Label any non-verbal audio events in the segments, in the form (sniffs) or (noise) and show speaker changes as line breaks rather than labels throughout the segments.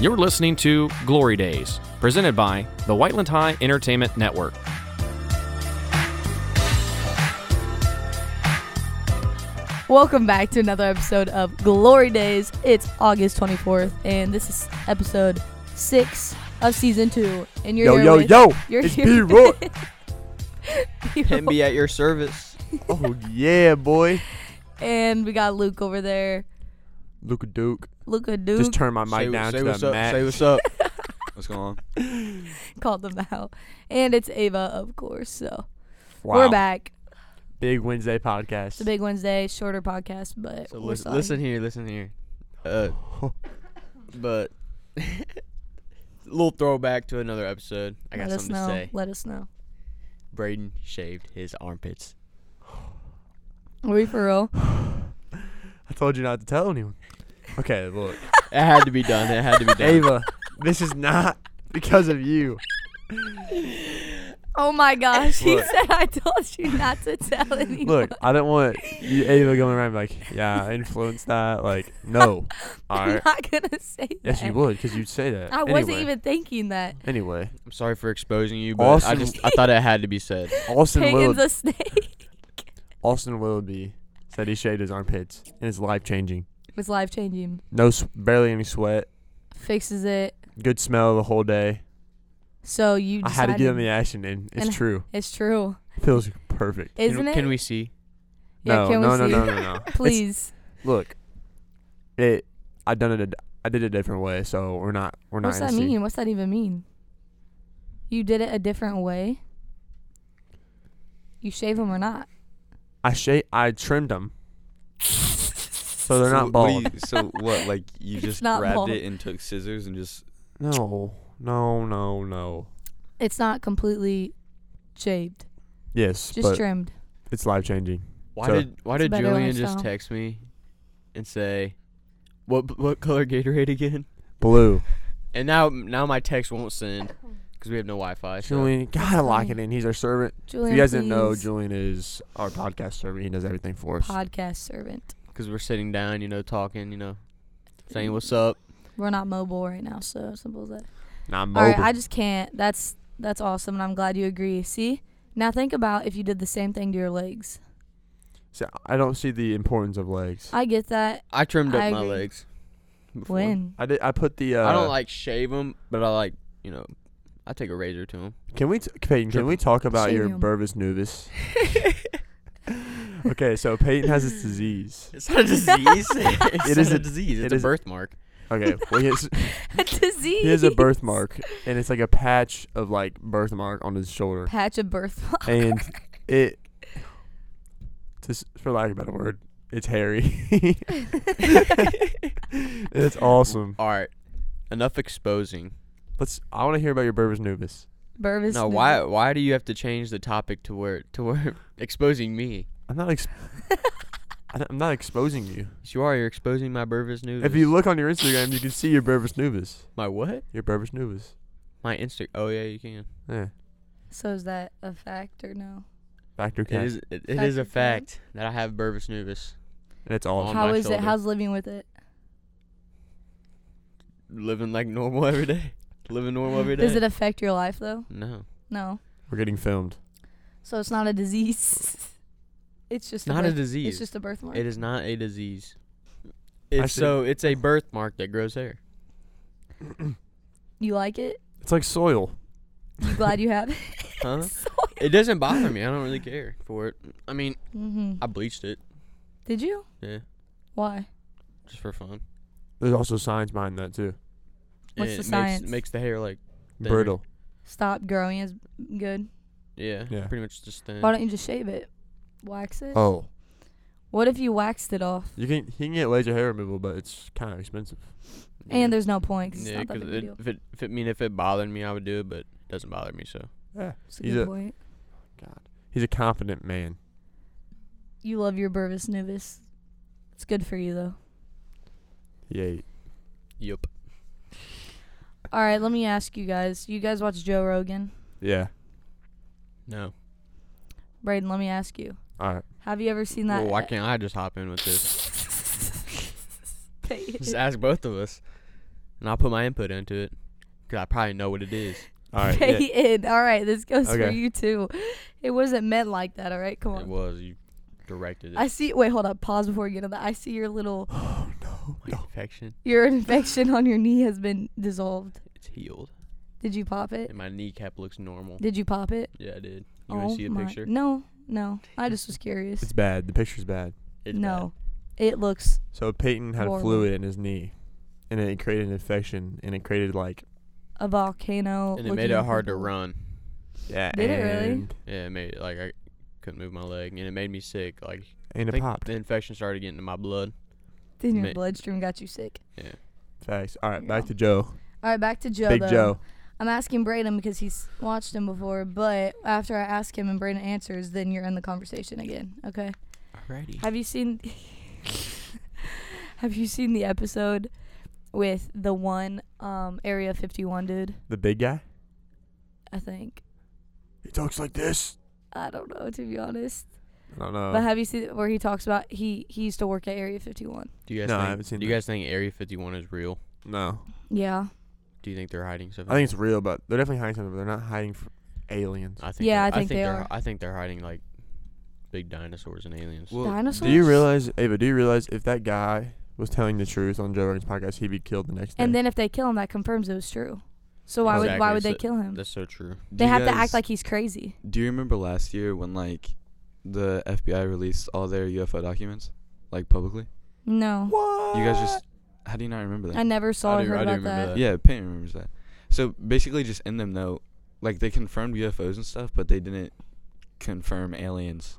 You're listening to Glory Days, presented by the Whiteland High Entertainment Network.
Welcome back to another episode of Glory Days. It's August 24th, and this is episode six of season two. And you're
Yo,
here
yo,
with-
yo!
(laughs) You're
it's
here.
B-Roy.
(laughs)
Can be at your
(laughs)
service.
oh yeah, boy.
and we got Luke over there.
Luca Duke.
Luca
Just
Duke
turn my mic
say,
down
say
to
what's
the
up. Say
max.
what's (laughs) up. what's going on?
called them out, and it's Ava, of course. So
Wow.
we're back.
Big Wednesday podcast.
It's a big Wednesday, shorter podcast, but
So
we're
listen,
sorry.
listen here, listen here. Uh, (laughs) but (laughs) little throwback to another episode. I got
Let us
something
know.
to say.
Let us know.
Braden shaved his armpits.
Are we for real?
I told you not to
(laughs)
tell anyone. Okay,
(laughs)
look,
It had to be done. It had (laughs) to be done.
Ava, this is not because of you.
Oh
(laughs)
my gosh! He
Look.
said, "I told you not to tell anyone." (laughs)
Look, I don't want you, Ava going around like, yeah, I influenced that. Like,
(laughs)
no. All
I'm
right.
not gonna say
Yes,
that.
you would, because you'd say that.
I wasn't
Anyway.
even thinking that.
Anyway,
I'm sorry for exposing you, but I
Austin-
just I thought it had to be said.
(laughs) Austin
Pagan's
Will
a snake. (laughs)
Austin Willoughby said he shaved his armpits, and it's life changing.
It was life changing.
No, s- barely any sweat.
Fixes it.
Good smell the whole day.
So you.
I
Decided,
had to get on the action, and it's
And-
true.
It's true,
Feels perfect.
(laughs) isn't
can,
it?
Can we see?
(laughs) Yeah,
no,
can we
no, no,
see? (laughs)
no, no, no. It's-
Please.
look. It. I done it. A, I did it a different way, so we're not. We're not.
What's that
gonna see.
mean? What's that even mean? You did it a different way. You shave them or not?
I sha- I trimmed them, so they're not
what do
bald.
you- so what? Like you
It's
just
not
grabbed
bald.
it and took scissors and just
No, no, no, no.
It's not completely shaved,
Yes,
just
but
trimmed.
it's life changing.
Why
So-
did Why
It's
did
better
Julian just
lifestyle.
text me and say, "What what color Gatorade again?"
Blue.
And now now my text won't send because we have no Wi-Fi. So.
Julian, gotta lock it in. He's our servant.
Julian,
if you guys didn't know,
please.
Julian is our podcast servant. He does everything for us.
podcast servant.
because we're sitting down, you know, talking, you know, saying what's up.
We're not mobile right now, so simple as that.
Not
All
mobile.
right, I just can't. That's that's awesome, and I'm glad you agree. See, now think about if you did the same thing to your legs.
so I don't see the importance of legs.
I get that.
I trimmed up
I
my
agree.
legs. before. (laughs)
When
I did. I put the. Uh,
I don't like shave them, but I like, you know, I take a razor to them.
Can we, t- Peyton? Can we talk about your
Shame him.
Burvis Nubis? okay, so Peyton has this disease.
It's not a disease. (laughs) it's
It is
it is a,
a-
disease.
it
It's a
is a-
birthmark.
Okay, well, he, has,
a disease.
he has
(laughs)
a birthmark, and it's like a patch of like birthmark on his shoulder,
Patch of birthmark. (laughs)
and it, just for lack of a better word, it's hairy. it's awesome.
All right, enough exposing.
Let's. I want to hear about your Burvis Nubis.
Burvis.
No, why? Why do you have to change the topic to where to where (laughs) exposing me?
I'm not. Ex- I don't- I'm not exposing you.
Yes, you are. You're exposing my Burvis news.
If you look on your Instagram, you can see your Burvis Nubis.
my what?
Your Burvis Nubis.
My Insta. Oh yeah, you can.
Yeah.
(laughs) So is that a fact or no?
Factor
It
cat.
is. It, it is a
Fact
fact that I have Burvis Nubis.
and it's awesome.
On
How
my
is it?
shoulder.
How's living with it?
Living like normal every day. (laughs) Living normal every day.
Does it affect your life though?
no.
No.
We're getting filmed.
So it's not a disease. (laughs) It's just
It's not a
birth-
disease.
It's just a birthmark.
It is not a disease. It's
see.
so it's a birthmark that grows hair.
You like it?
It's like soil.
You glad you have it?
(laughs)
(laughs)
Huh? it doesn't bother me. I don't really care for it. I mean,
hmm
I bleached it.
Did you?
Yeah,
Why?
just for fun.
There's also science behind that too.
What's
it
the
makes,
science?
Makes the hair like thinner.
Brittle.
Stop growing is good.
Yeah,
Yeah.
pretty much just thin.
Why don't you just shave it? Wax it?
Oh,
What if you waxed it off?
you can you can get laser hair removal, but it's kind of expensive.
Yeah.
And there's no point 'cause
yeah,
it's not that
'cause
big a
it,
deal.
if it if it mean if it bothered me, I would do it, but it doesn't bother me. So
Yeah.
It's a
He's
good
a
point.
God. He's a confident man.
You love your Burvis Nubis. It's good for you though.
Yay.
yep.
All right, let me ask you guys. You guys watch Joe Rogan?
Yeah.
No.
Braden, let me ask you.
All right.
Have you ever seen that?
well,
(laughs)
why can't I just hop in with this?
Peyton.
just ask both of us. and I'll put my input into it because I probably know what it is.
All right.
Pay (laughs)
yeah. (gasps)
in. All right, this goes for
Okay.
you too. It wasn't meant like that. All right, come
It
on.
was you directed it.
I see. Wait, hold up. Pause before you get into that. I see your little
Oh,
My infection,
your (laughs) infection on your knee has been dissolved.
it's healed,
Did you pop it?
and my kneecap looks normal.
Did you pop it?
Yeah, I did. You
Oh
want to see a picture?
No, no. I just was curious.
It's bad. The picture's bad.
It's
no, it looks.
So Peyton had
Horrible.
fluid in his knee, and it created an infection, and it created like
A volcano.
bad. and it
looking
made it
at
hard to
people.
run.
yeah.
Did it really?
and,
Yeah, it made like I couldn't move my leg, and it made me sick. Like
and
I
it
think
popped.
The infection started getting into my blood.
Then your
Ma-
bloodstream got you sick.
Facts. All right, back
Yeah.
to Joe.
All right, back to Joe.
Big
though.
Joe.
I'm asking Braden because he's watched him before, but after I ask him and Braden answers, then you're in the conversation again. Okay.
Alrighty.
Have you seen? (laughs) have you seen the episode with the one um, Area 51 dude?
The big guy.
I think
He talks like this.
I don't know to be honest.
I don't know.
but have you seen where he talks about he he used to work at Area 51?
Do you guys
No, I
think,
haven't seen
Do you
that.
guys think Area 51 is real?
no.
Yeah.
Do you think they're hiding something?
I think it's real, but they're definitely hiding something. But they're not hiding from aliens.
I think
Yeah,
they're-
I think they
they're-
are.
I think they're hiding like big dinosaurs and aliens.
Well,
Dinosaurs.
Do you realize, Ava? Do you realize if that guy was telling the truth on Joe Rogan's podcast, he'd be killed the next day?
And then if they kill him, that confirms it was true. So why would why
Exactly,
would they
so-
kill him?
That's so true.
They
do you
have to act
guys-
like he's crazy.
Do you remember last year when like the FBI released all their UFO documents, like publicly?
No.
what?
You guys just how do you not remember that?
I never saw or
do-
heard
I do
about
remember
that.
that.
Yeah, Peyton remembers that. So basically, just in them though, like they confirmed UFOs and stuff, but they didn't confirm aliens.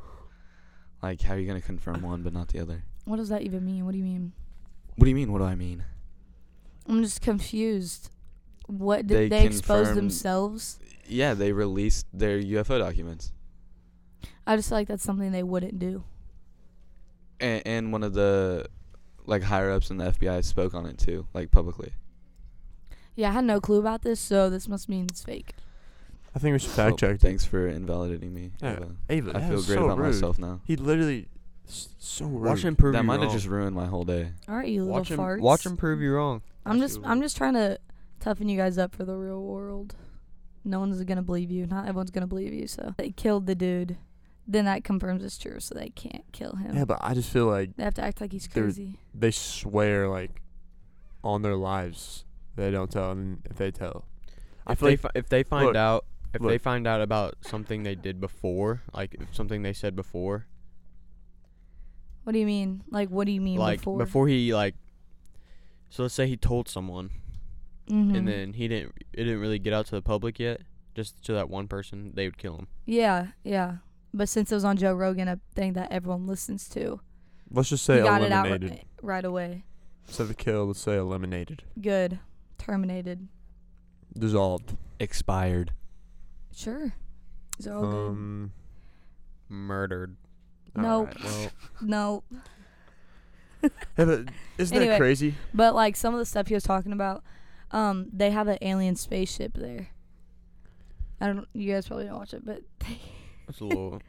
Like, how are you gonna confirm one but not the other?
What does that even mean? What do you mean?
What do you mean? What do I mean?
I'm just confused. What did they,
They
expose
confirmed-
themselves?
Yeah, they released their UFO documents,
I just feel like that's something they wouldn't do.
and, and one of the like higher ups in the FBI spoke on it too, like publicly.
Yeah, I had no clue about this, so this must mean it's fake.
I think we should fact
So,
check. that.
Thanks for invalidating me.
Yeah,
Ava.
Ava,
I
that
feel
was
great
so
about
rude.
myself now.
He literally s- so rude.
Watch him prove
That
you
might
wrong.
have just ruined my whole day.
All right, you
watch him,
little farts.
watch him prove you wrong.
I'm just I'm
Absolutely.
just trying to toughen you guys up for the real world. No one's gonna believe you. Not everyone's gonna believe you. So they killed the dude. Then that confirms it's true, so they can't kill him.
Yeah, but I just feel like
they have to act like he's
They're-
crazy.
they swear like on their lives they don't tell, and if they tell, I
If
feel
they
like
fi- if they find
look,
out if they
look.
find out about something they did before, like if something they said before,
What do you mean? Like, what do you mean
like
before?
before, he like, so let's say he told someone
Mhm.
and then he didn't it didn't really get out to the public yet, just to that one person, they would kill him.
Yeah, yeah. But since it was on Joe Rogan, a thing that everyone listens to,
let's just
he
say
got it out
eliminated.
ri- right away.
Instead of kill, let's say eliminated,
Good. Terminated.
dissolved.
Expired.
Sure. It's all good.
Um,
Murdered.
No.
alright.
(laughs)
Well,
No,
Yeah, but isn't
Anyway.
that crazy?
but like some of the stuff he was talking about, um, they have an alien spaceship there. I don't. You guys probably don't watch it, but (laughs)
it's a little.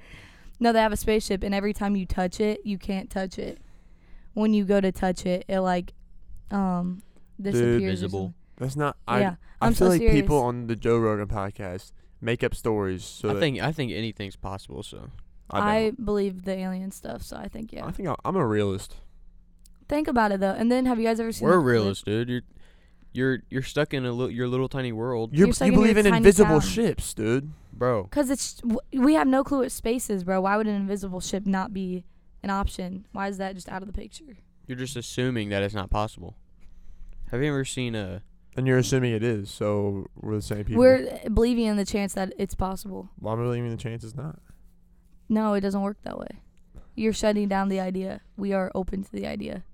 no, they have a spaceship, and every time you touch it, you can't touch it. When you go to touch it, it like, um, disappears. or
Visible.
something.
That's not. I
Yeah,
I
I'm
feel
so
like
serious.
people on the Joe Rogan podcast make up stories. So
I
that-
think I think anything's possible. So
I,
I,
don't.
believe the alien stuff, so I think yeah.
I think I, I'm a realist.
Think about it though, and then have you guys ever seen?
we're
the clip-
realists, dude. You're you're you're stuck in a li- your little tiny world,
You're
You
stuck
you
in your
believe in
tiny town.
invisible ships, dude.
bro.
Cause it's w- we have no clue what space is, bro. Why would an invisible ship not be an option? Why is that just out of the picture?
You're just assuming that it's not possible. Have you ever seen a?
And you're assuming it is, so we're the same people.
We're uh, believing in the chance that it's possible.
well, I'm believing the chance it's not.
No, it doesn't work that way. You're shutting down the idea. We are open to the idea.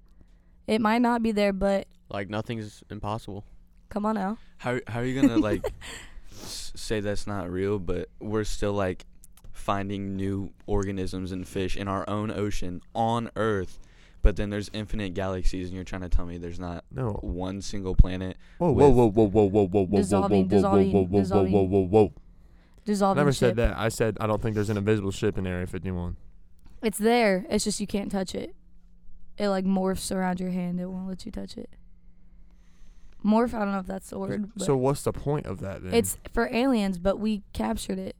It might not be there, but
Like nothing's impossible.
come on now.
How how are you gonna like (laughs) s- say that's not real, but we're still like finding new organisms and fish in our own ocean on Earth, but then there's infinite galaxies, and you're trying to tell me there's not
No.
one single planet?
Whoa, whoa,
with-
whoa, whoa, whoa, whoa, whoa, whoa,
Dissolving,
whoa, whoa, whoa, whoa,
dissolving,
whoa, whoa, whoa, whoa, whoa. I
Dissolving
never
ship.
said that. I said I don't think there's an invisible ship in Area 51.
It's there. It's just you can't touch it. It like morphs around your hand. It won't let you touch it. Morph, I don't know if that's the word. But
So what's the point of that then?
it's for aliens, but we captured it.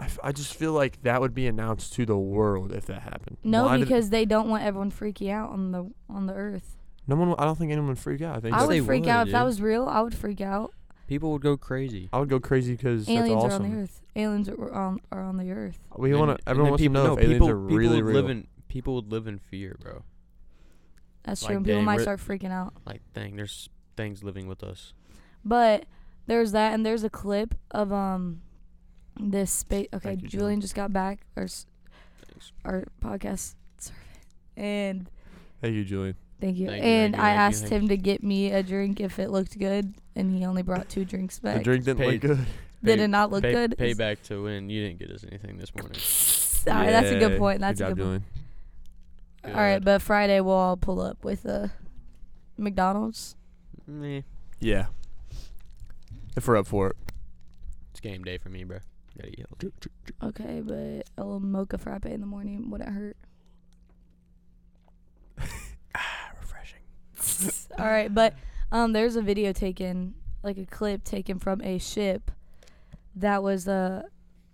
I, f- I just feel like that would be announced to the world if that happened.
No,
Why did-
because they don't want everyone freaky out on the on the earth.
no one. I don't think anyone would freak out. I think
I
that-
they
would freak
would,
out if that
dude.
was real. I would freak out.
People would go crazy.
I would go crazy because that's
aliens
awesome.
are on the earth. Aliens are on are on the earth.
We
And-
want
and
to. Everyone
then
wants
people-
to know
no,
if aliens
people-
are
people
really
would
real.
Live in, people would live in fear, bro.
That's
Like,
true. and People
dang,
might
we're-
start freaking out.
Like, dang, there's things living with us.
But there's that, and there's a clip of um this space. Okay,
Thank you, Julian.
Julian just got back our s-
Thanks.
our podcast survey, and
Thank you, Julian.
thank you.
Thank you,
and
thank you,
I
thank you,
asked
thank
him
you.
to get me a drink if it looked good, and he only brought two drinks
The
back.
drink didn't
Paid.
look good.
Did
Pay-
it not look
pay-
good?
Payback to when you didn't get us anything
(sniffs)
this
(laughs)
morning.
Sorry, that's a good
Yay.
point. That's a
job,
good point.
Julian.
All right,
Good.
but Friday we'll all pull up with uh, McDonald's.
Meh.
Yeah. If we're
(sighs)
up for it.
It's game day for me, bro. Gotta eat healthy.
Okay, but a little mocha frappe in the morning wouldn't hurt.
refreshing.
(laughs) All right, but um, there's a video taken, like a clip taken from a ship that was uh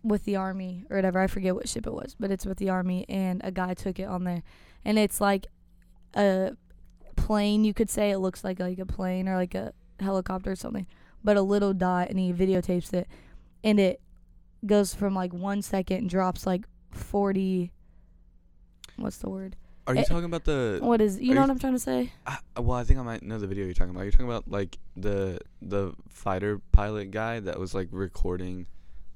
with the army or whatever. I forget what ship it was, but it's with the army, and a guy took it on there, and it's like a plane. You could say it looks like like a plane or like a helicopter or something, but a little dot, and he videotapes it, and it goes from like one second and drops like forty. What's the word?
Are you
Eh,
talking about the
What is you
Uh, are
know
you-
what I'm trying to say?
I, well, I think I might know the video you're talking about. You're talking about like the the fighter pilot guy that was like recording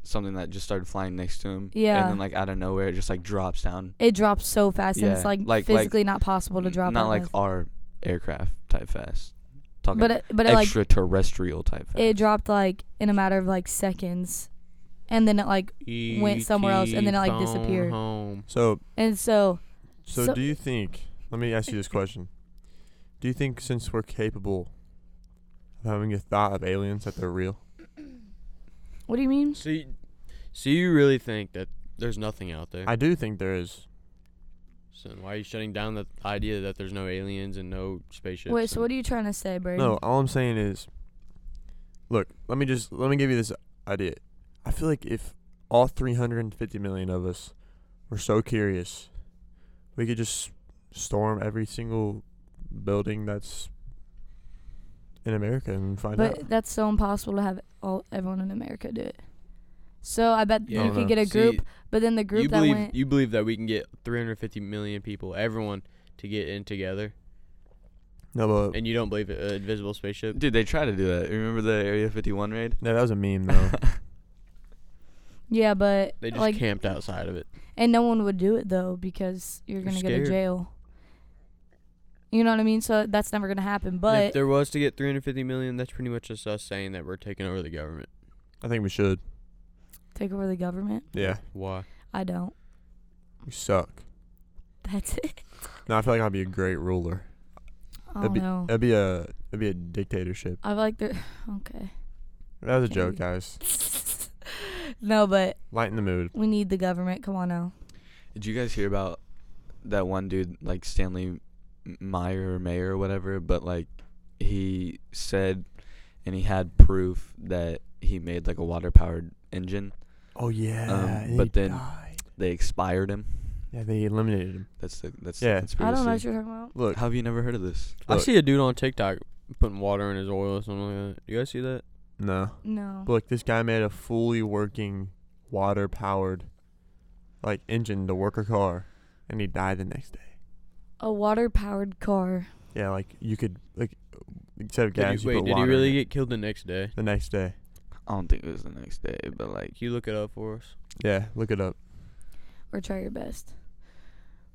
something that just started flying next to him.
Yeah.
And then like out of nowhere, it just like drops down.
It drops so fast, and it's
Yeah,
like,
like- like-
physically not possible to
N-
drop.
Not
that
like
fast.
our aircraft type fast. Talking
but it, but it like
extraterrestrial type fast.
it dropped like in a matter of like seconds, and then it like Went somewhere else, and then it, like,
ET, phone
disappeared.
Home.
So,
and so
so,
So-
do you think? Let me ask you this question. Do you think since we're capable of having a thought of aliens that they're real?
what do you mean?
So, you, so you really think that there's nothing out there?
I do think there is.
so then why are you shutting down the idea that there's no aliens and no spaceships?
Wait, so what are you trying to say, Brady?
No, all I'm saying is, look. Let me just let me give you this idea. I feel like if all 350 million of us were so curious, we could just storm every single building that's in America and find
but
out.
that's so impossible to have all everyone in America do it. So I bet
Yeah.
you
Oh,
could
no.
get a
See,
group, but then the group
you
that
believe
went
you believe that we can get 350 million people, everyone, to get in together,
No, but
and you don't believe an invisible spaceship?
Dude, they try to do that. Remember the Area 51 raid?
no, that was a meme
(laughs)
though.
yeah, but
They just
like
camped outside of it.
and no one would do it though because you're
They're
gonna go to
scared.
jail. You know what I mean? So that's never gonna happen.
And if
But
there was to get 350 million, that's pretty much just us saying that we're taking over the government.
I think we should.
take over the government?
Yeah,
Why?
I don't.
we suck.
(laughs) That's it.
No, I feel like I'd be a great ruler.
I
That'd
don't
be- uh,
know.
It'd be a it'd be a dictatorship.
Oh, I like the (laughs) okay.
That was a
Okay.
joke, guys.
no, but
Lighten the mood.
we need the government. Come on now.
Did you guys hear about that one dude, like Stanley M- Meyer or Mayer or whatever? But like, he said, and he had proof that he made like a water powered engine.
Oh yeah,
Um,
and
but
he
then-
died.
They expired him.
yeah, they eliminated him.
That's the that's
Yeah. I
The conspiracy.
I don't know what you're talking about.
Look,
How have you never heard of this?
I
Look.
see a dude on TikTok putting water in his oil or something like that. You guys see that?
no.
No.
Look, this guy made a fully working water powered like engine to work a car and he died the next day.
A water powered car.
Yeah, like you could like instead of
Did he-
gas, you
wait,
put
did he
water in
really
it
get killed the next day?
the next day.
I don't think it was the next day, but like,
Can you look it up for us?
Yeah, look it up.
Or try your best.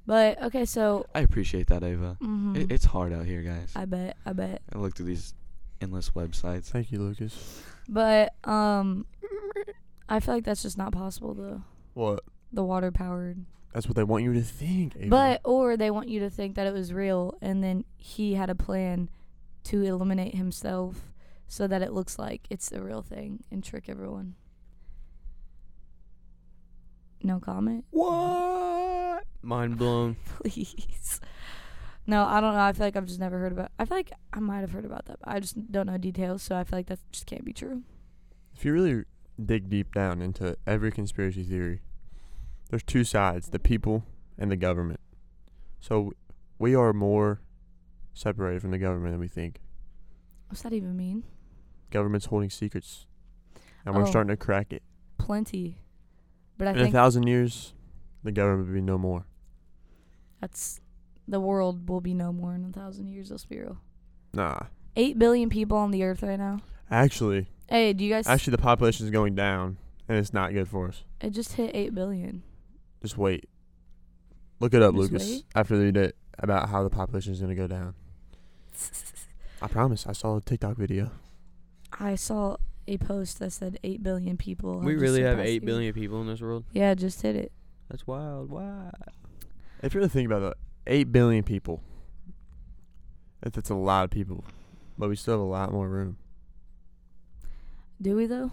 But okay, so
I appreciate that, Ava.
mhm.
It, it's hard out here, guys. I,
I bet. I bet.
look through these endless websites.
Thank you, Lucas.
But um, I feel like that's just not possible though.
What?
The water powered.
That's what they want you to think. Ava.
But or they want you to think that it was real, and then he had a plan to eliminate himself so that it looks like it's the real thing and trick everyone. No comment,
What? Mind blown.
(laughs) please. No, I don't know. I feel like I've just never heard about. I feel like I might have heard about that. But I just don't know details, so I feel like that just can't be true.
If you really dig deep down into every conspiracy theory, there's two sides the people and the government. So we are more separated from the government than we think.
What's that even mean?
Government's holding secrets, and we're
Oh.
starting to crack it.
Plenty, but I
In a
think
thousand years, the government will be no more.
that's the world will be no more in a thousand years. Let's be real.
Nah.
Eight billion people on the earth right now.
Actually,
Hey, do you guys?
actually, the population is going down, and it's not good for us.
it just hit eight billion.
Just wait. Look it up,
Just
Lucas.
wait?
After they did about how the population is gonna go down. I promise. I saw a TikTok video.
I saw a post that said eight billion people.
We
just
really have
surpassed
eight
you.
billion people in this world.
Yeah, it just hit it.
That's wild. Wild.
If you really think about that, eight billion people. That- That's a lot of people, but we still have a lot more room.
Do we though?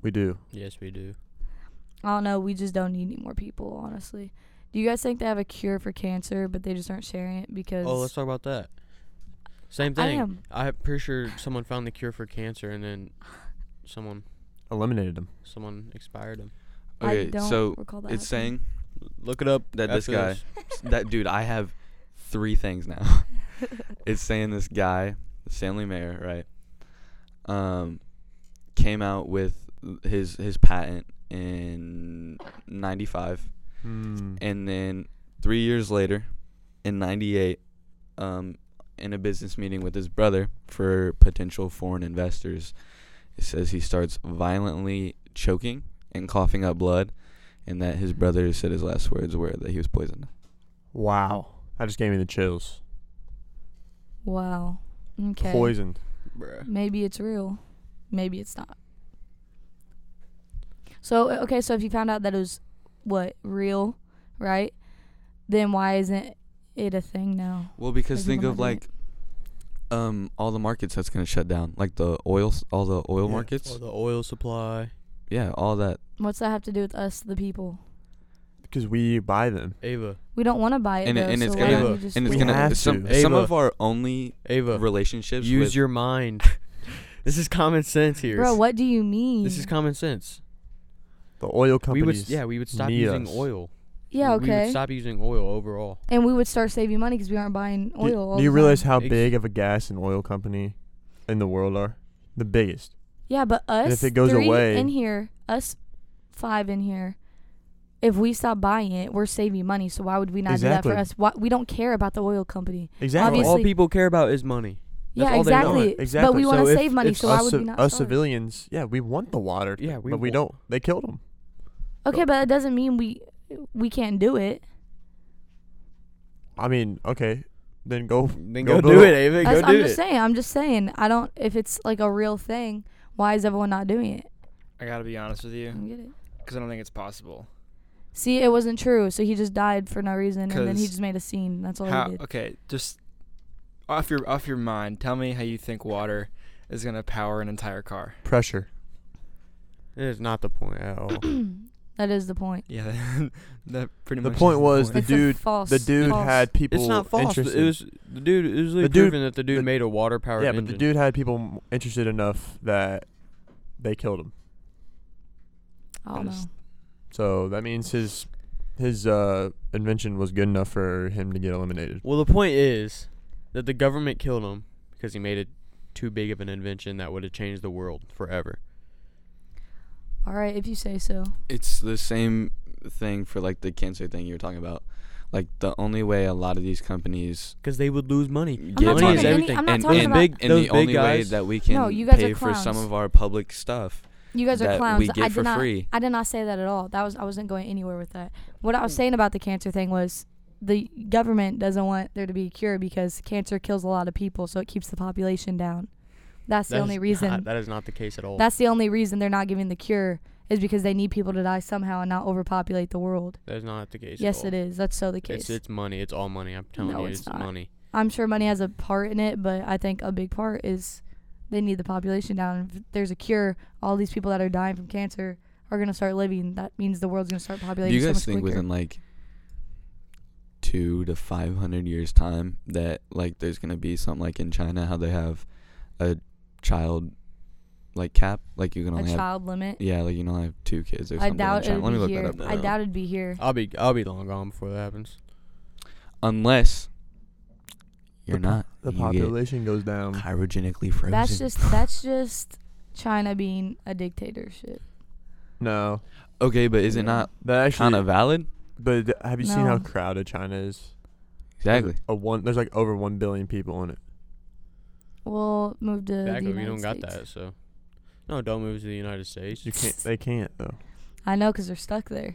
We do.
Yes, we do.
I don't know. We just don't need any more people, honestly. Do you guys think they have a cure for cancer, but they just aren't sharing it because?
Oh, let's talk about that. Same
I
thing.
am.
I'm pretty sure someone found the cure for cancer, and then someone
Eliminated them.
someone expired him.
I
Okay,
don't
so
recall that.
it's
happening.
saying
Look it up.
That this
after
guy-
this.
that dude, I have three things now. it's saying this guy, Stanley Mayer, right? Um, came out with his his patent in '95,
Hmm.
and then three years later, in '98, um, in a business meeting with his brother for potential foreign investors, it says he starts violently choking and coughing up blood, and that his brother said his last words were that he was poisoned.
Wow. That just gave me the chills.
(laughs) Wow. Okay.
Poisoned.
Bruh.
Maybe it's real. Maybe it's not. So uh, okay, so if you found out that it was what real, right? Then why isn't it a thing now?
Well, because
Like,
think
people
of
not doing
like um all the markets that's gonna shut down, like the oil, s- all the oil
Yeah.
markets.
Oh, the oil supply.
yeah, all that.
What's that have to do with us, the people?
Because we buy them.
Ava.
We don't want to buy it,
And it-
though,
and
so
it's
why
gonna-
don't
Ava,
you just
And it's
We
do
gonna
it?
have
some
to.
some
Ava.
of our only
Ava.
relationships.
Use
with,
your (laughs) mind. this is common sense here.
Bro, what do you mean?
This is common sense.
The oil companies.
we would, yeah, we would stop
need
using
us.
oil.
yeah,
We- We would
okay.
stop using oil overall.
and we would start saving money because we aren't buying
Do,
oil.
do
all
you
the
realize
time.
how
Ex-
big of a gas and oil company in the world are? The biggest.
Yeah, but us
if it goes
three
away-
in here, us five in here, if we stop buying it, we're saving money. So why would we not do
Exactly.
that for us? Why, we don't care about the oil company.
Exactly.
Obviously-
All people care about is money. That's
yeah,
all they want.
exactly. But
Exactly.
we
So
want to
if-
save money,
if
so why
us,
would
civ-
we not?
us
starve?
civilians, yeah, we want the water.
Yeah, we
but we
wa-
don't. They killed them.
Okay, but that doesn't mean we we can't do it.
I mean, okay, then go.
Then
Go
go,
do
do it,
it.
Ava.
That's-
Go
I'm
do
just
it.
saying. I'm just saying. I don't. If it's like a real thing, why is everyone not doing it?
I gotta be honest with
I
you,
don't get it.
because I don't think it's possible.
See, it wasn't true. So he just died for no reason, and then he
'Cause
just made a scene. That's all
How,
he did.
okay, just off your off your mind. Tell me how you think water is gonna power an entire car. (laughs)
Pressure.
It is not the point at all.
That is the point.
Yeah, (laughs) that, that pretty
The
much.
point
is
was the
the
It's
point.
a
dude-
false.
The dude
false.
had people.
it's not false. but
Interested.
It was the dude. It was really
The dude-
proven that the dude
the-
made a water powered
yeah,
engine.
but the dude had people m- interested enough that they killed him.
I don't know.
Honest.
So that means his his uh, invention was good enough for him to get eliminated.
Well, the point is that the government killed him because he made it too big of an invention that would have changed the world forever.
All right, if you say so.
It's the same thing for like the cancer thing you were talking about. Like the only way a lot of these companies
Because they would lose money.
get
not
money
talking
is
about any-
everything.
I'm not
and,
talking
and,
about-
big, and
Those
the
big
only way
guys-
that we can
you guys are
pay for some
clowns.
of our public stuff.
You guys are
that
clowns.
we get
I
for
did not.
free.
I did not say that at all. That was I wasn't going anywhere with that. What
Hmm.
I was saying about the cancer thing was the government doesn't want there to be a cure because cancer kills a lot of people, so it keeps the population down. That's the
That
only
is
reason.
not- that is not the case at all.
that's the only reason they're not giving the cure is because they need people to die somehow and not overpopulate the world.
that is not the case.
yes,
at all.
it is. That's so the case.
It's, it's money. It's all money. I'm telling
No,
you,
it's
it's,
not.
money.
I'm sure money has a part in it, but I think a big part is they need the population down. If there's a cure, all these people that are dying from cancer are gonna start living. That means the world's gonna start
Do
populating.
you
so
guys
much
think
quicker.
within like? two to five hundred years time that like there's gonna be something like in China how they have a child like cap like you can
a
only have
child limit.
yeah like you can only have two kids or
I
something. in
doubt
China.
it
Let me
would
look
be
that
here.
up.
I doubt it'd be here.
I'll be I'll be long gone before that happens.
Unless you're
The po-
not
The
you get
population goes down.
cryogenically frozen.
That's just that's just China being a dictatorship.
No,
okay, but is it not
that actually.
kind of valid?
But th- have you seen how
No.
crowded China is? There's
Exactly.
A one. There's like over one billion people in it.
We'll move to the
Exactly.
United
We don't got
States.
that. So, no, don't move to the United States.
You can't. They can't though.
I know because they're stuck there.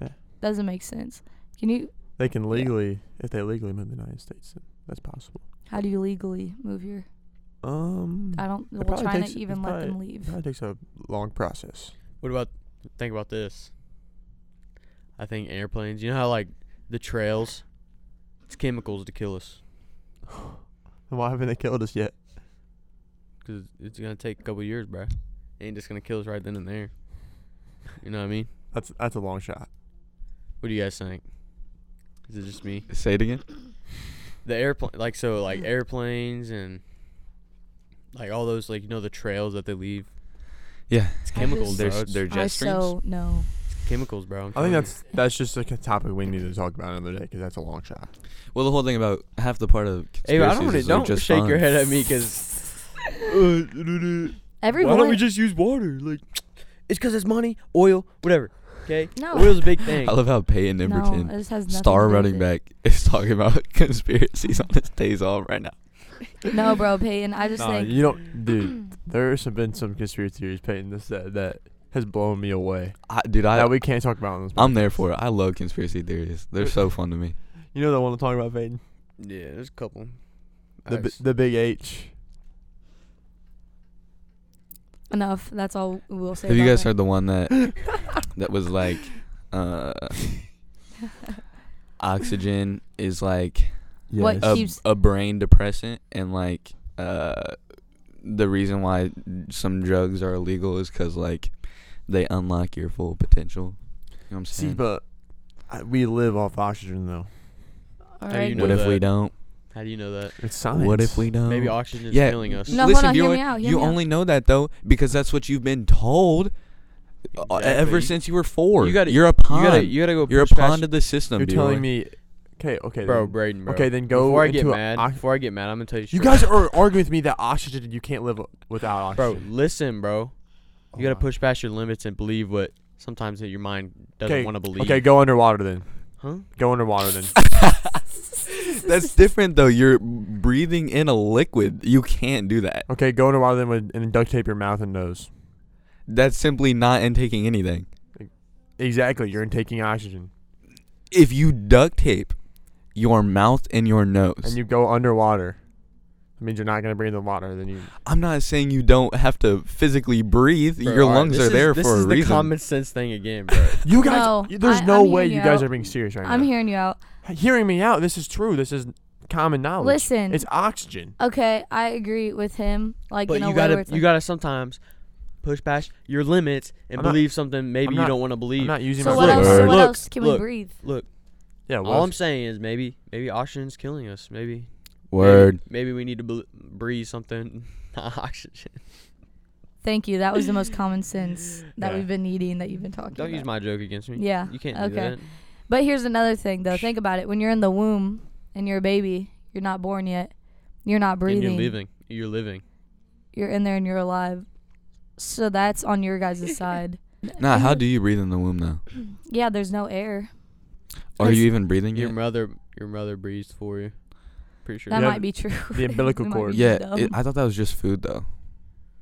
Yeah.
Doesn't make sense. Can you?
They can legally, if they legally move to the United States, then that's possible.
How do you legally move here?
Um,
I don't.
It
Will
probably
China
takes- it
even let them
probably-
leave?
that takes a long process.
What about think about this? I think airplanes. You know how like the trails, it's chemicals to kill us
And why haven't they killed us yet?
because it's gonna take a couple years, bro. ain't just gonna kill us right then and there. You know what I mean?
That's that's a long shot.
What do you guys think? Is it just me?
Say it again.
The airplane, like so,
Mm.
like airplanes and like all those, like you know, the trails that they leave.
Yeah.
It's
I
chemicals,
just-
bro.
There's
It's,
their
I
jet streams.
so no.
chemicals, bro. I'm
I think
telling you.
(laughs)
that's that's just like a topic we need to talk about another day because that's a long shot.
Well, the whole thing about half the part of
Hey, I don't
conspiracies
wanna,
is they're
don't
just
shake your
fun.
head at me because.
Everyone.
Why don't we just use water? Like, it's because it's money, oil, whatever. Okay,
No.
oil's a big
(laughs)
thing.
I love how Peyton
no,
Iverton,
this has nothing to
star
do with
running
it.
back, is talking about (laughs) conspiracies on his days off right now.
No, bro, Peyton. I just
Nah,
think
you don't, dude. There's some- been some conspiracy theories, Peyton, this, that, that has blown me away
I, dude, I
that we can't talk about on this.
I'm
podcast.
there for it. I love conspiracy theories. They're so fun to me.
You know the one I'm talking about, Peyton.
yeah, there's a couple.
The
I
bi-
just-
the big H.
enough. That's all we'll say.
Have you
about
guys
that.
heard the
(laughs)
one that that was like uh, oxygen is like
What
a,
keeps-
a brain depressant and like uh, the reason why some drugs are illegal is because like they unlock your full potential. You know what I'm
See,
saying?
but I, we live off oxygen though.
All
How do
right.
you know
what if we
that.
don't?
How do you know that?
It's science.
What if we don't?
Maybe oxygen is
Oh. yeah,
killing us.
No, hold
Listen,
on,
you,
hear me
only-
out, hear
you
me out.
only know that though because that's what you've been told uh, ever
Exactly.
since you were four.
You gotta-
You're a
You
pawn.
gotta, you gotta go.
You're a
push
pawn
past-
to the system.
You're telling
B-Roy.
me. Okay, okay,
bro,
then.
Braden, bro.
Okay, then go
Before I get
into a
mad,
ox-
before I get mad, I'm gonna tell you.
You
Straight.
guys are arguing with me that oxygen you can't live without
bro,
(laughs) oxygen.
listen, bro.
Oh
You gotta
my.
push past your limits and believe what sometimes that your mind doesn't
Okay,
want to believe.
Okay, go underwater then.
Huh?
Go underwater
(laughs)
then.
That's different though. You're breathing in a liquid. You can't do that.
Okay, go underwater then with, and duct tape your mouth and nose.
That's simply not intaking anything.
Exactly, you're intaking oxygen,
If you duct tape your mouth and your nose,
and you go underwater. That means you're not gonna breathe in the water. Then you.
I'm not saying you don't have to physically breathe.
Bro,
your
all right,
lungs
this
are
is-
there
this
for
is
a
the
reason.
common sense thing again, bro.
(laughs)
You guys,
No,
y- there's
I-
no
I'm
way
hearing
you
you
guys
out.
are being serious right
I'm
now.
hearing you out.
Hearing me out. This is true. This is common knowledge.
Listen.
it's oxygen.
Okay, I agree with him. Like
but
in a
you
way where
gotta
it's
you
like,
gotta sometimes push past your limits and
I'm not-
believe something maybe
I'm
you
not-
don't want to believe.
I'm not using
So
my.
what
Look,
else? so what
look,
else can we
look.
breathe?
Look,
Yeah. What
all I'm
else?
saying is maybe maybe oxygen's killing us. Maybe
Word.
Maybe, maybe we need to bel breathe something (laughs) not oxygen.
Thank you. That was the most common
(laughs)
sense that
Yeah.
we've been needing that you've been talking
Don't
about.
use my joke against me.
Yeah,
you can't do
okay.
that.
But here's another thing, though. Think about it. When you're in the womb and you're a baby, you're not born yet. You're not breathing.
And you're living. You're living.
You're in there and you're alive. So that's on your guys' side.
Nah, how do you breathe in the womb though?
Yeah, there's no air.
Are you even breathing
Your
yet?
mother, your mother breathes for you. Pretty sure.
That
Yeah,
might be true. (laughs)
the umbilical
We might
cord.
be
Yeah,
dumb.
it, I thought that was just food though.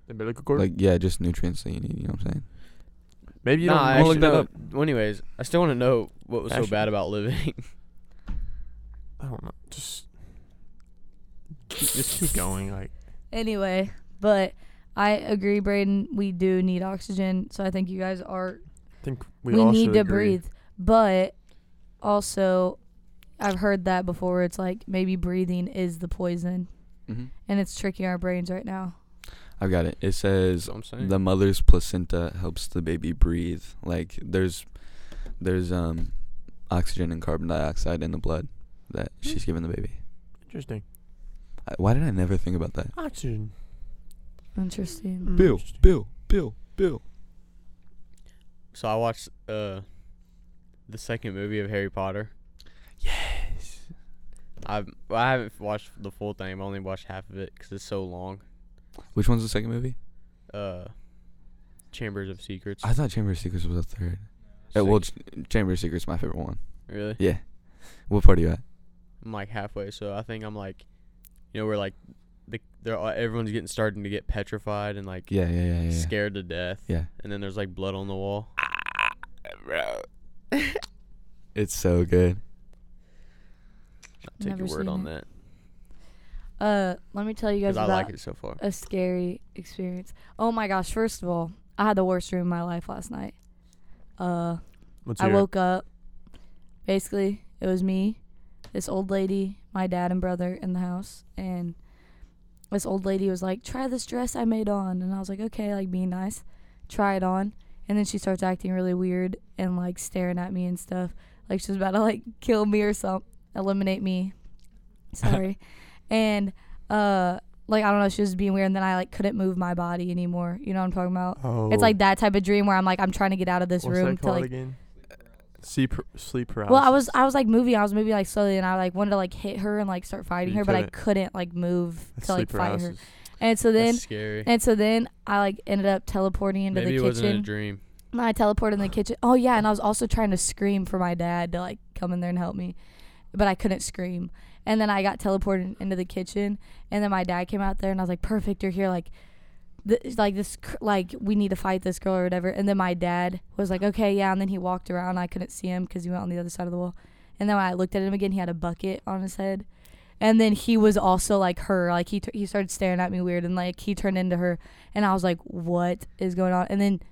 Umbilical cord.
Like yeah, just nutrients that you need. You know what I'm saying?
Maybe you
Nah,
don't.
I
I'll look
actually
that
know-
up.
Well, anyways, I still want to know what was
Actually-
so bad about living. (laughs)
I don't know. Just. keep- Just keep going. Like.
anyway, but I agree, Braden. We do need oxygen. So I think you guys are.
I think we,
We,
all
need
should
to
agree.
breathe. But also, I've heard that before. where It's like maybe breathing is the poison,
Mm-hmm.
and it's tricking our brains right now.
I've got it. It says
That's what I'm saying.
the mother's placenta helps the baby breathe. Like there's there's um oxygen and carbon dioxide in the blood that
Hmm.
she's giving the baby.
Interesting.
I, why did I never think about that?
Oxygen.
Interesting.
Hmm,
Bill, Bill, Bill, Bill.
So I watched uh the second movie of Harry Potter.
Yes.
I've well, I haven't watched the full thing. I've only watched half of it because it's so long.
Which one's the second movie?
Uh, Chambers of Secrets.
I thought Chamber of Secrets was the third. Uh, well, Ch- Chamber of Secrets is my favorite one.
really?
Yeah. What part are you at?
I'm like halfway, so I think I'm like, you know, we're like, the they're all, everyone's getting starting to get petrified and like
Yeah, yeah, yeah, yeah. yeah.
scared to death,
Yeah.
and then there's like blood on the wall.
Ah, It's so good.
I'll take
Never
your word
seen
on
it.
that
Uh, let me tell you guys
because I
about
like it so far.
a scary experience. Oh my gosh! First of all, I had the worst dream of my life last night. Uh,
Let's
I
hear it.
woke up. Basically, it was me, this old lady, my dad and brother in the house, and this old lady was like, "Try this dress I made on," and I was like, "Okay," like being nice. Try it on, and then she starts acting really weird and like staring at me and stuff, like she was about to like (laughs) kill me or something, eliminate
(laughs)
me. Sorry, and uh, like I don't know, she was being weird, and then I like couldn't move my body anymore. You know what I'm talking about?
Oh.
It's like that type of dream where I'm like, I'm trying to get out of this
What's
room
that
to
called
like
again? Sleep, sleep paralysis.
well, I was I was like moving. I was moving like slowly, and I like wanted to like hit her and like start fighting
You
her, but I
couldn't.
couldn't like move
That's
to like
sleep
fight her.
paralysis.
And so then
That's scary.
and so then I like ended up teleporting into
Maybe it
the
wasn't a
kitchen.
dream.
And I teleported in the kitchen. Oh yeah, and I was also trying to scream for my dad to like come in there and help me, but I couldn't scream. And then I got teleported into the kitchen, and then my dad came out there, and I was like, "Perfect, you're here." Like, th- like this, cr- like we need to fight this girl or whatever. And then my dad was like, "Okay, yeah." And then he walked around. I couldn't see him because he went on the other side of the wall. And then when I looked at him again, he had a bucket on his head. And then he was also like her. Like he t- he started staring at me weird, and like he turned into her. And I was like, "What is going on?" And then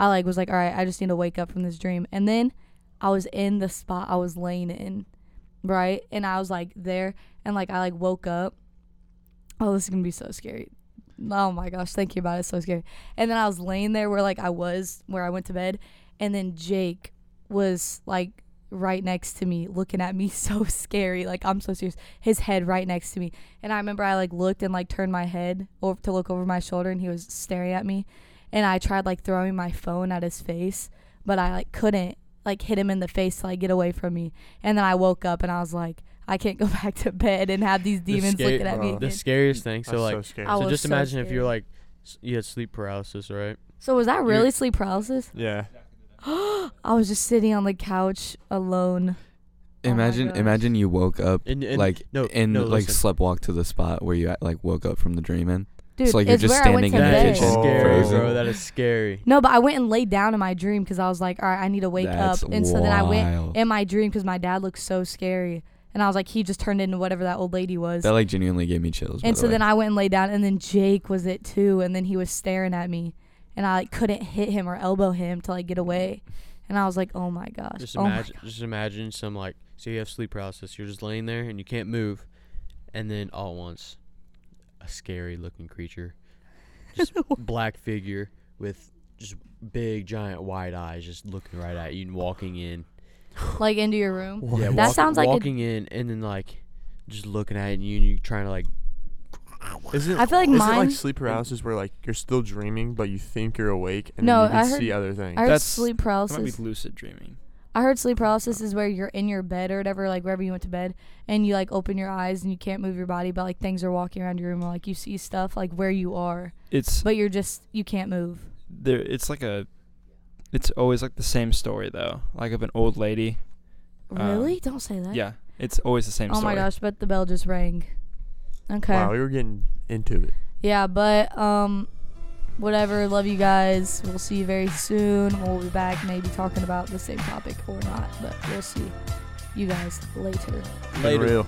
I like was like, all right, I just need to wake up from this dream. And then I was in the spot I was laying in, right? And I was like there, and like I like woke up. Oh, this is gonna be so scary. Oh my gosh, thinking about it, it's so scary. And then I was laying there where like I was where I went to bed, and then Jake was like right next to me, looking at me (laughs) so scary. Like I'm so serious. His head right next to me, and I remember I like looked and like turned my head over to look over my shoulder, and he was staring at me and I tried like throwing my phone at his face, but I like couldn't like hit him in the face to like get away from me. And then I woke up and I was like, I can't go (laughs) back to bed and have these demons
sca-
looking at me.
bro.
The
again.
scariest thing.
That's
So like,
so scary.
I
so
was
just
so
imagine if you're
scared.
like, s- you had sleep paralysis, right?
so was that really sleep paralysis?
yeah.
I was just sitting on the couch alone. Oh my
Imagine,
gosh.
imagine you woke up
And, and
like
no,
and
no,
like
listen.
sleptwalk to the spot where you like woke up from the dream in.
Dude,
like you're
it's
just
where
standing
I went to
in the
bed.
That is
kitchen. Oh.
scary, bro.
Frozen.
That is scary.
No, but I went and laid down in my dream because I was like, all right, I need to wake
That's
up. And so then I went
wild.
in my dream because my dad looked so scary. And I was like, he just turned into whatever that old lady was.
That like genuinely gave me chills. by
And
the
so
way.
then I went and lay down, and then Jake was it too, and then he was staring at me, and I like, couldn't hit him or elbow him to like get away, and I was like, oh my gosh,
Just
oh my
imagine, just imagine some like, so you have sleep paralysis. You're just laying there and you can't move, and then all at once, a scary looking creature,
(laughs)
just black figure with just big giant wide eyes, just looking right at you and walking in.
God. like into your room.
Yeah,
That
walk-
sounds like a-
walking in and then like, just looking at you and you trying to like,
Isn't,
I feel like
isn't
mine-
like sleep paralysis where like you're still dreaming but you think you're awake and
No,
then you
I
can
heard-
see other things.
I heard
That's-
sleep
That might
paralysis.
be lucid dreaming.
I heard sleep paralysis is where you're in your bed or whatever, like wherever you went to bed, and you like open your eyes and you can't move your body, but like things are walking around your room, or like you see stuff like where you are,
It's
but you're just you can't move.
there it's like a it's always like the same story though. Like of an old lady. Um,
Really? Don't say that.
Yeah. It's always the same
Oh
story.
my gosh! But the bell just rang. Okay.
Wow, we were getting into it.
Yeah, but um whatever, love you guys. We'll see you very soon. We'll be back maybe talking about the same topic or not, but we'll see you guys later.
Unreal.